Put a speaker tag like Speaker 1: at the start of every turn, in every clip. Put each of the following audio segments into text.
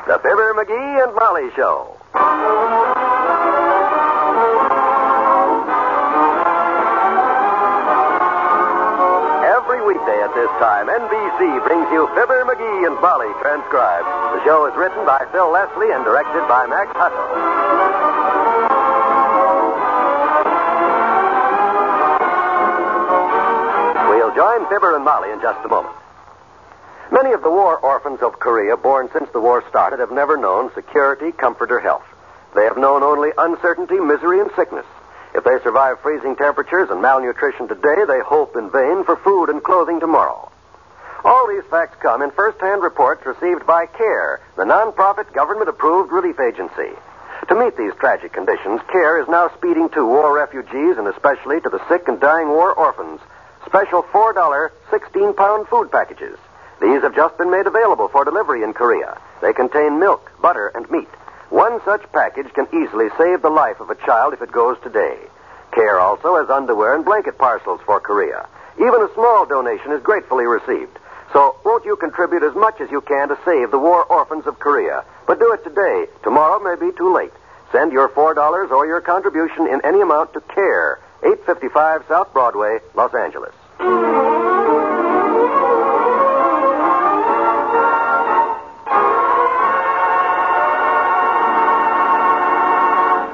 Speaker 1: The Fibber, McGee, and Molly Show. Every weekday at this time, NBC brings you Fibber, McGee, and Molly transcribed. The show is written by Phil Leslie and directed by Max Hussle. We'll join Fibber and Molly in just a moment. Many of the war orphans of Korea born since the war started have never known security, comfort, or health. They have known only uncertainty, misery, and sickness. If they survive freezing temperatures and malnutrition today, they hope in vain for food and clothing tomorrow. All these facts come in first-hand reports received by CARE, the nonprofit government-approved relief agency. To meet these tragic conditions, CARE is now speeding to war refugees and especially to the sick and dying war orphans special $4, 16-pound food packages. These have just been made available for delivery in Korea. They contain milk, butter, and meat. One such package can easily save the life of a child if it goes today. CARE also has underwear and blanket parcels for Korea. Even a small donation is gratefully received. So won't you contribute as much as you can to save the war orphans of Korea? But do it today. Tomorrow may be too late. Send your $4 or your contribution in any amount to CARE, 855 South Broadway, Los Angeles.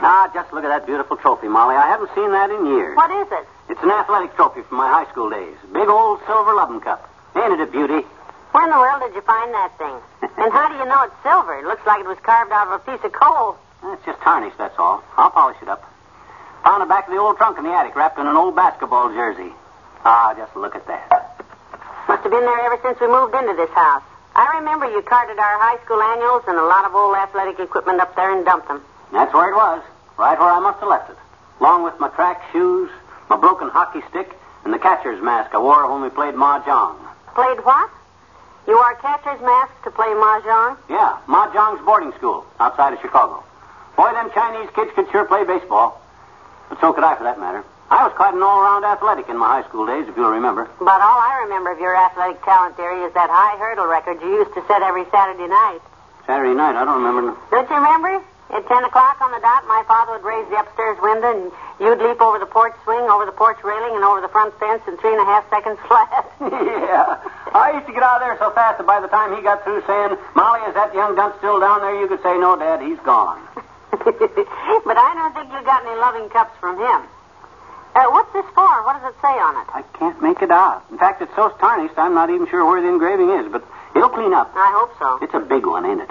Speaker 2: Ah, just look at that beautiful trophy, Molly. I haven't seen that in years.
Speaker 3: What is it?
Speaker 2: It's an athletic trophy from my high school days. Big old silver loving cup. Ain't it a beauty?
Speaker 3: Where in the world did you find that thing? and how do you know it's silver? It looks like it was carved out of a piece of coal.
Speaker 2: It's just tarnished, that's all. I'll polish it up. Found it back in the old trunk in the attic, wrapped in an old basketball jersey. Ah, just look at that.
Speaker 3: Must have been there ever since we moved into this house. I remember you carted our high school annuals and a lot of old athletic equipment up there and dumped them.
Speaker 2: That's where it was, right where I must have left it, along with my track shoes, my broken hockey stick, and the catcher's mask I wore when we played mahjong.
Speaker 3: Played what? You wore a catcher's mask to play mahjong?
Speaker 2: Yeah, mahjong's boarding school outside of Chicago. Boy, them Chinese kids could sure play baseball, but so could I, for that matter. I was quite an all-round athletic in my high school days, if you'll remember.
Speaker 3: But all I remember of your athletic talent theory is that high hurdle record you used to set every Saturday night.
Speaker 2: Saturday night, I don't remember.
Speaker 3: Don't you remember? At 10 o'clock on the dot, my father would raise the upstairs window, and you'd leap over the porch swing, over the porch railing, and over the front fence in three and a half seconds flat.
Speaker 2: yeah. I used to get out of there so fast that by the time he got through saying, Molly, is that young dunce still down there? You could say, no, Dad, he's gone.
Speaker 3: but I don't think you got any loving cups from him. Uh, what's this for? What does it say on it?
Speaker 2: I can't make it out. In fact, it's so tarnished, I'm not even sure where the engraving is, but it'll clean up.
Speaker 3: I hope so.
Speaker 2: It's a big one, ain't it?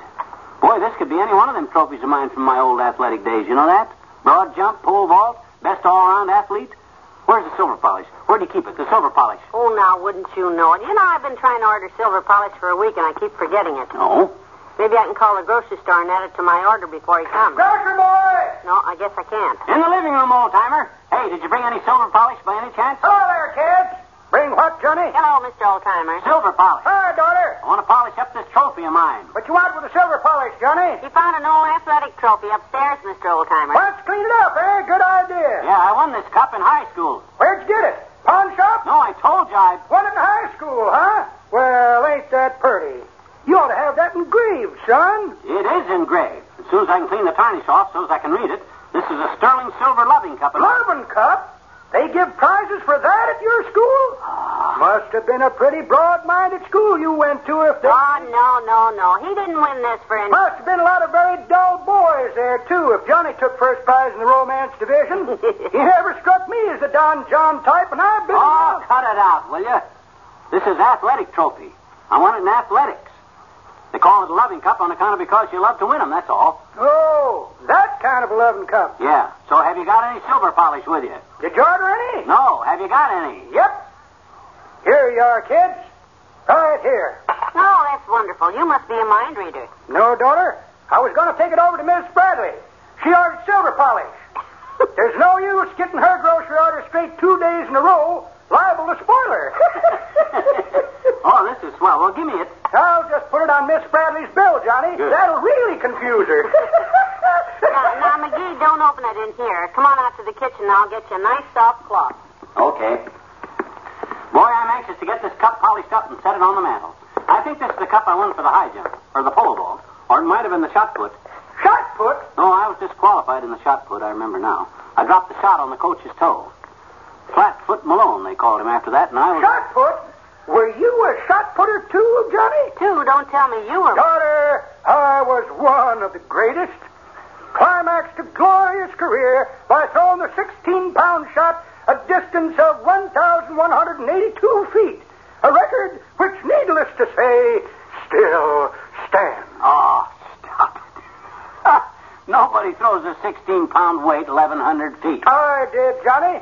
Speaker 2: Boy, this could be any one of them trophies of mine from my old athletic days. You know that? Broad jump, pole vault, best all-around athlete. Where's the silver polish? Where do you keep it? The silver polish.
Speaker 3: Oh, now, wouldn't you know it? You know, I've been trying to order silver polish for a week, and I keep forgetting it.
Speaker 2: No.
Speaker 3: Maybe I can call the grocery store and add it to my order before he comes.
Speaker 2: Grocer boy!
Speaker 3: No, I guess I can't.
Speaker 2: In the living room, old timer. Hey, did you bring any silver polish by any chance?
Speaker 4: Hello there, kids. Bring what, Johnny?
Speaker 3: Hello, Mr. Oldtimer.
Speaker 2: Silver polish.
Speaker 4: Hi, daughter.
Speaker 2: I want to polish up this trophy of mine.
Speaker 4: What you want with the silver polish, Johnny?
Speaker 3: You found an old athletic trophy upstairs, Mr. Oldtimer.
Speaker 4: Why don't you clean it up, eh? Good idea.
Speaker 2: Yeah, I won this cup in high school.
Speaker 4: Where'd you get it? Pawn shop?
Speaker 2: No, I told you I.
Speaker 4: One in high school, huh? Well, ain't that pretty? You ought to have that engraved, son.
Speaker 2: It is engraved. As soon as I can clean the tarnish off, so as I can read it, this is a sterling silver loving cup. and-
Speaker 4: Marvin Cup. They give prizes for that at your school?
Speaker 2: Ah.
Speaker 4: Must have been a pretty broad-minded school you went to if they...
Speaker 3: Oh, no, no, no. He didn't win this for any.
Speaker 4: Must have been a lot of very dull boys there, too, if Johnny took first prize in the romance division. he never struck me as the Don John type, and I've been.
Speaker 2: Oh, cut it out, will you? This is athletic trophy. I won it in athletics. They call it a loving cup on account of because you love to win 'em, that's all.
Speaker 4: Oh, that kind of a loving cup.
Speaker 2: Yeah. So have you got any silver polish with you?
Speaker 4: Did you order any?
Speaker 2: No. Have you got any?
Speaker 4: Yep. Here you are, kids. Right here.
Speaker 3: Oh, that's wonderful. You must be a mind reader.
Speaker 4: No, daughter. I was going to take it over to Miss Bradley. She ordered silver polish. There's no use getting her grocery order straight two days in a row, liable to spoil her.
Speaker 2: oh, this is swell. Well, give me it.
Speaker 4: I'll just put it on Miss Bradley's bill, Johnny.
Speaker 2: Good.
Speaker 4: That'll really confuse her.
Speaker 3: Now, now, McGee, don't open it in here. Come on out to the kitchen. and I'll get you a nice soft cloth.
Speaker 2: Okay. Boy, I'm anxious to get this cup polished up and set it on the mantel. I think this is the cup I won for the high jump, or the polo vault, Or it might have been the shot put.
Speaker 4: Shot put?
Speaker 2: No, I was disqualified in the shot put, I remember now. I dropped the shot on the coach's toe. Flatfoot Malone, they called him after that, and I was.
Speaker 4: Shot put? Were you a shot putter too, Johnny?
Speaker 3: Two, don't tell me you were.
Speaker 4: Daughter, I was one of the greatest. Climaxed a glorious career by throwing the 16 pound shot a distance of 1,182 feet. A record which, needless to say, still stands.
Speaker 2: Oh, stop it. Ah, Nobody throws a 16 pound weight 1,100 feet.
Speaker 4: I did, Johnny.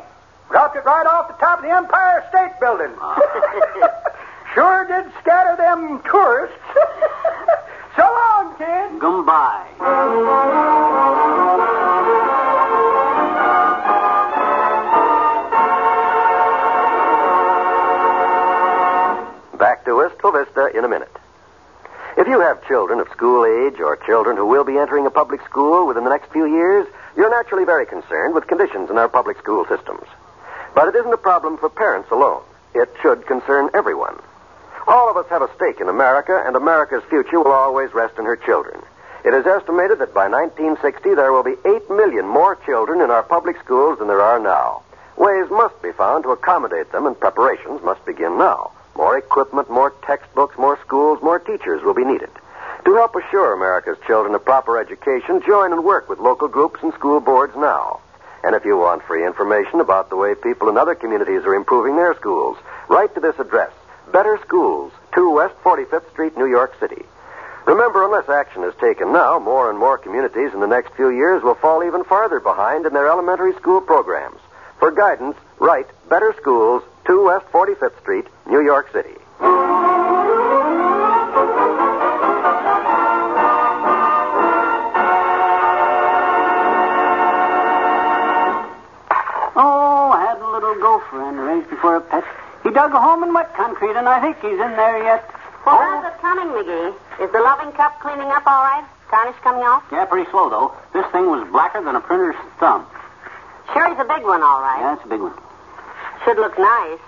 Speaker 4: Dropped it right off the top of the Empire State Building.
Speaker 5: Ah.
Speaker 4: sure did scatter them tourists. so long, kid.
Speaker 2: Goodbye.
Speaker 1: Back to Wistful Vista in a minute. If you have children of school age or children who will be entering a public school within the next few years, you're naturally very concerned with conditions in our public school systems. But it isn't a problem for parents alone. It should concern everyone. All of us have a stake in America, and America's future will always rest in her children. It is estimated that by 1960 there will be 8 million more children in our public schools than there are now. Ways must be found to accommodate them, and preparations must begin now. More equipment, more textbooks, more schools, more teachers will be needed. To help assure America's children a proper education, join and work with local groups and school boards now. And if you want free information about the way people in other communities are improving their schools, write to this address Better Schools, 2 West 45th Street, New York City. Remember, unless action is taken now, more and more communities in the next few years will fall even farther behind in their elementary school programs. For guidance, write Better Schools, 2 West 45th Street, New York City.
Speaker 2: Oh, I had a little gopher and raised him for a pet. He dug a home in wet concrete, and I think he's in there yet. Oh,
Speaker 3: Well, how's it coming, McGee? Is the loving cup cleaning up all right? Tarnish coming off?
Speaker 2: Yeah, pretty slow, though. This thing was blacker than a printer's thumb.
Speaker 3: Sure, he's a big one, all right.
Speaker 2: Yeah, that's a big one.
Speaker 3: Should look nice.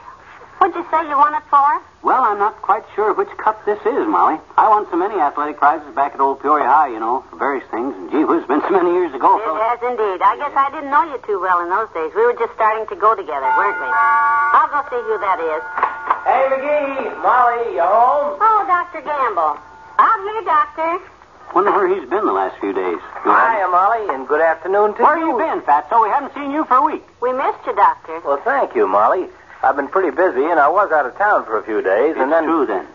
Speaker 3: What'd you say you won it for?
Speaker 2: Well, I'm not quite sure which cup this is, Molly. I won so many athletic prizes back at old Peoria High, you know, for various things. And gee whiz, it's been so many years ago.
Speaker 3: It
Speaker 2: fellas.
Speaker 3: has indeed. I guess I didn't know you too well in those days. We were just starting to go together, weren't we? I'll go see who that is.
Speaker 4: Hey, McGee, Molly, you home?
Speaker 3: Oh, Dr. Gamble. Out here, Doctor.
Speaker 2: Wonder where he's been the last few days.
Speaker 5: Hiya, Molly, and good afternoon to
Speaker 2: Where
Speaker 5: you.
Speaker 2: you been, Fatso? We haven't seen you for a week.
Speaker 3: We missed you, Doctor.
Speaker 5: Well, thank you, Molly. I've been pretty busy, and I was out of town for a few days, and then.
Speaker 2: true, then.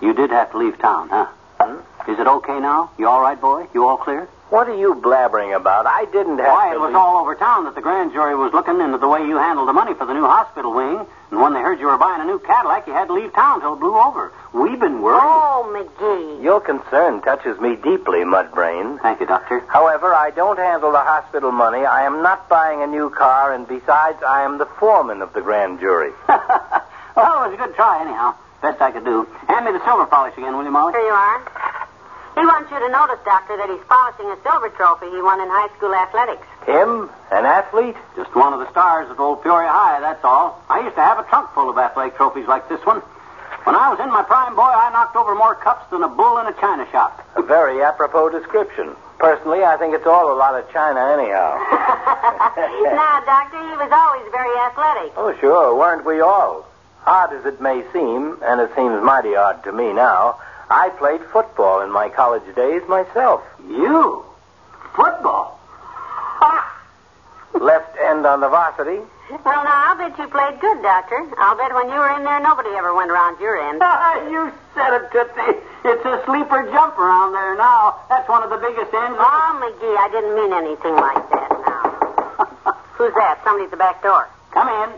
Speaker 2: You did have to leave town, huh?
Speaker 5: Hmm?
Speaker 2: Is it okay now? You all right, boy? You all clear?
Speaker 5: What are you blabbering about? I didn't have
Speaker 2: Why,
Speaker 5: to.
Speaker 2: it was
Speaker 5: leave-
Speaker 2: all over town that the grand jury was looking into the way you handled the money for the new hospital wing. And when they heard you were buying a new Cadillac, you had to leave town till it blew over. We've been worried.
Speaker 3: Oh, McGee.
Speaker 5: Your concern touches me deeply, Mudbrain.
Speaker 2: Thank you, Doctor.
Speaker 5: However, I don't handle the hospital money. I am not buying a new car, and besides, I am the foreman of the grand jury.
Speaker 2: well, Oh, it was a good try, anyhow. Best I could do. Hand me the silver polish again, will you, Molly?
Speaker 3: Here you are. He wants you to notice, Doctor, that he's polishing a silver trophy he won in high school athletics.
Speaker 5: Him? An athlete?
Speaker 2: Just one of the stars at old Peoria High, that's all. I used to have a trunk full of athletic trophies like this one. When I was in my prime, boy, I knocked over more cups than a bull in a china shop.
Speaker 5: A very apropos description. Personally, I think it's all a lot of China, anyhow.
Speaker 3: now, Doctor, he was always very athletic.
Speaker 5: Oh, sure, weren't we all? Odd as it may seem, and it seems mighty odd to me now, I played football in my college days myself.
Speaker 2: You? Football?
Speaker 4: Ah.
Speaker 5: Left end on the varsity.
Speaker 3: Well, now, I'll bet you played good, Doctor. I'll bet when you were in there, nobody ever went around your end.
Speaker 2: Ah, you said it, Tootsie. It's a sleeper jump around there now. That's one of the biggest ends.
Speaker 3: Oh, McGee, I didn't mean anything like that now. Who's that? Somebody at the back door.
Speaker 2: Come in.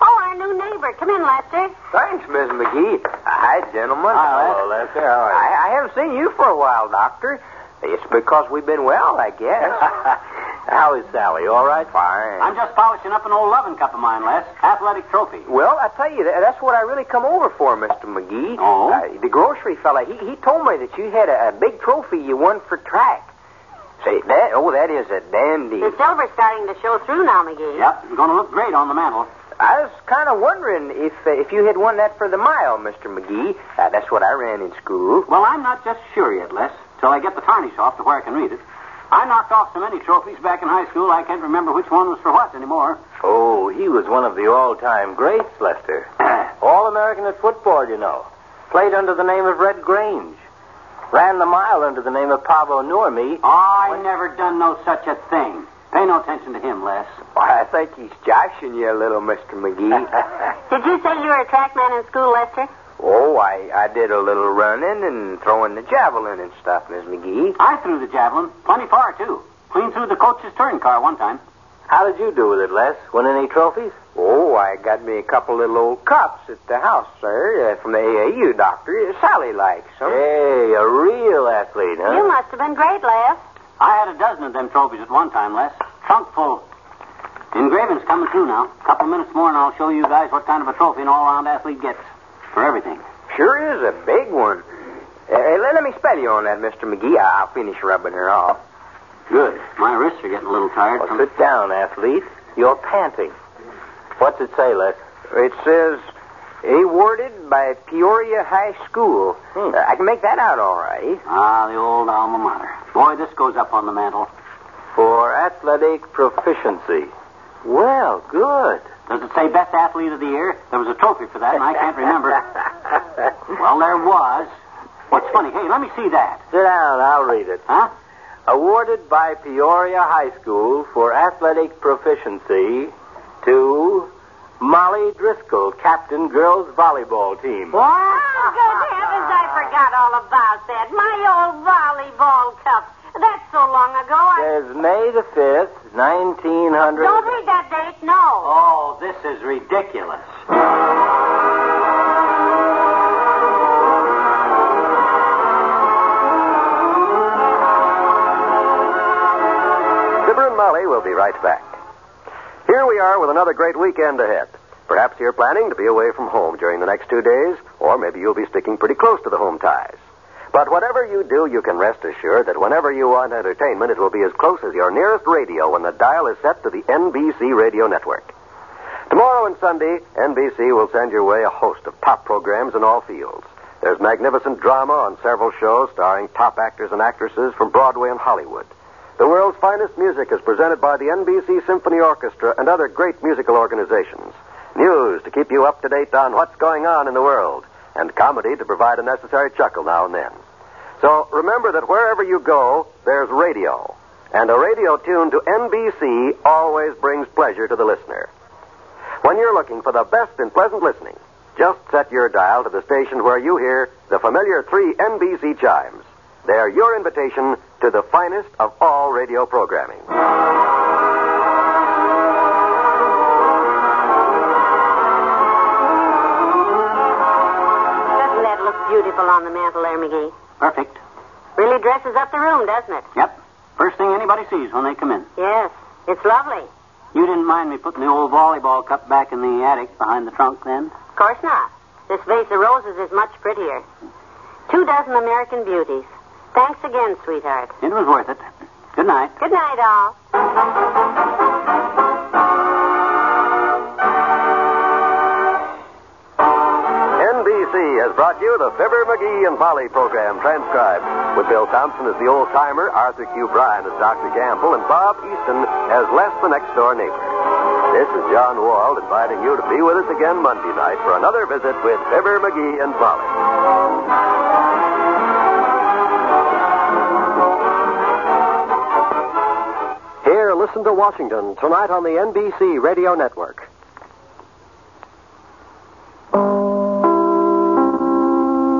Speaker 3: Oh, our new neighbor. Come in, Lester.
Speaker 5: Thanks, Miss McGee. Hi, gentlemen.
Speaker 2: Hello,
Speaker 5: Lester. How are you? I, I haven't seen you for a while, Doctor. It's because we've been well, I guess. How is Sally? All right? Fine.
Speaker 2: I'm just polishing up an old loving cup of mine, Les. Athletic trophy.
Speaker 5: Well, I tell you, tha- that's what I really come over for, Mr. McGee.
Speaker 2: Oh?
Speaker 5: Uh, the grocery fella, he, he told me that you had a, a big trophy you won for track. Say, that, oh, that is a dandy.
Speaker 3: The silver's starting to show through now, McGee.
Speaker 2: Yep, it's going to look great on the mantle.
Speaker 5: I was kind of wondering if uh, if you had won that for the mile, Mr. McGee. Uh, that's what I ran in school.
Speaker 2: Well, I'm not just sure yet, Les. till I get the tarnish off to where I can read it. I knocked off so many trophies back in high school, I can't remember which one was for what anymore.
Speaker 5: Oh, he was one of the all-time greats, Lester. All-American at football, you know. Played under the name of Red Grange. Ran the mile under the name of Pavo Nurmi.
Speaker 2: I never done no such a thing. Pay no attention to him, Les.
Speaker 6: Why, I think he's joshing you a little, Mr. McGee.
Speaker 3: Did you say you were a track man in school, Lester?
Speaker 6: oh, I, I did a little running and throwing the javelin and stuff, Miss McGee.
Speaker 2: I threw the javelin plenty far too, clean through the coach's touring car one time.
Speaker 5: How did you do with it, Les? Win any trophies?
Speaker 6: Oh, I got me a couple little old cups at the house, sir, uh, from the AAU doctor. Uh, Sally likes 'em.
Speaker 5: Hey, a real athlete, huh?
Speaker 3: You must have been great, Les.
Speaker 2: I had a dozen of them trophies at one time, Les. Trunk full. Engraving's coming through now. Couple minutes more, and I'll show you guys what kind of a trophy an all-round athlete gets for everything.
Speaker 6: Sure is a big one. Uh, hey, let, let me spell you on that, Mr. McGee. I, I'll finish rubbing her off.
Speaker 2: Good. My wrists are getting a little tired.
Speaker 5: Well,
Speaker 2: from-
Speaker 5: sit down, athlete. You're panting. What's it say, Les?
Speaker 6: It says, awarded by Peoria High School.
Speaker 5: Hmm.
Speaker 6: Uh, I can make that out all right.
Speaker 2: Ah, the old alma mater. Boy, this goes up on the mantle.
Speaker 5: For athletic proficiency. Well, good.
Speaker 2: Does it say best athlete of the year? There was a trophy for that, and I can't remember. well, there was. What's funny? Hey, let me see that.
Speaker 5: Sit down. I'll read it.
Speaker 2: Huh?
Speaker 5: Awarded by Peoria High School for athletic proficiency to Molly Driscoll, captain girls volleyball team.
Speaker 3: Oh, good heavens, I forgot all about that. My old volleyball cup. That's so long ago. I...
Speaker 5: Says May the 5th, 1900.
Speaker 3: Don't read that date, no.
Speaker 2: Oh, this is ridiculous.
Speaker 1: Fibber and Molly will be right back. Here we are with another great weekend ahead. Perhaps you're planning to be away from home during the next two days, or maybe you'll be sticking pretty close to the home ties. But whatever you do, you can rest assured that whenever you want entertainment, it will be as close as your nearest radio when the dial is set to the NBC radio network. Tomorrow and Sunday, NBC will send your way a host of top programs in all fields. There's magnificent drama on several shows starring top actors and actresses from Broadway and Hollywood. The world's finest music is presented by the NBC Symphony Orchestra and other great musical organizations. News to keep you up to date on what's going on in the world, and comedy to provide a necessary chuckle now and then. So remember that wherever you go, there's radio. And a radio tuned to NBC always brings pleasure to the listener. When you're looking for the best in pleasant listening, just set your dial to the station where you hear the familiar three NBC chimes. They're your invitation to the finest of all radio programming.
Speaker 3: Doesn't that look beautiful on the mantle there, McGee?
Speaker 2: Perfect.
Speaker 3: Really dresses up the room, doesn't it?
Speaker 2: Yep. First thing anybody sees when they come in.
Speaker 3: Yes. It's lovely.
Speaker 2: You didn't mind me putting the old volleyball cup back in the attic behind the trunk then?
Speaker 3: Of course not. This vase of roses is much prettier. Two dozen American beauties. Thanks again, sweetheart.
Speaker 2: It was worth it. Good night.
Speaker 3: Good night, all.
Speaker 1: NBC has brought you the Fibber McGee and Molly program transcribed with Bill Thompson as the old timer, Arthur Q. Bryan as Dr. Gamble, and Bob Easton as Les the next door neighbor. This is John Wald inviting you to be with us again Monday night for another visit with Fibber McGee and Molly. Here, listen to Washington tonight on the NBC Radio Network.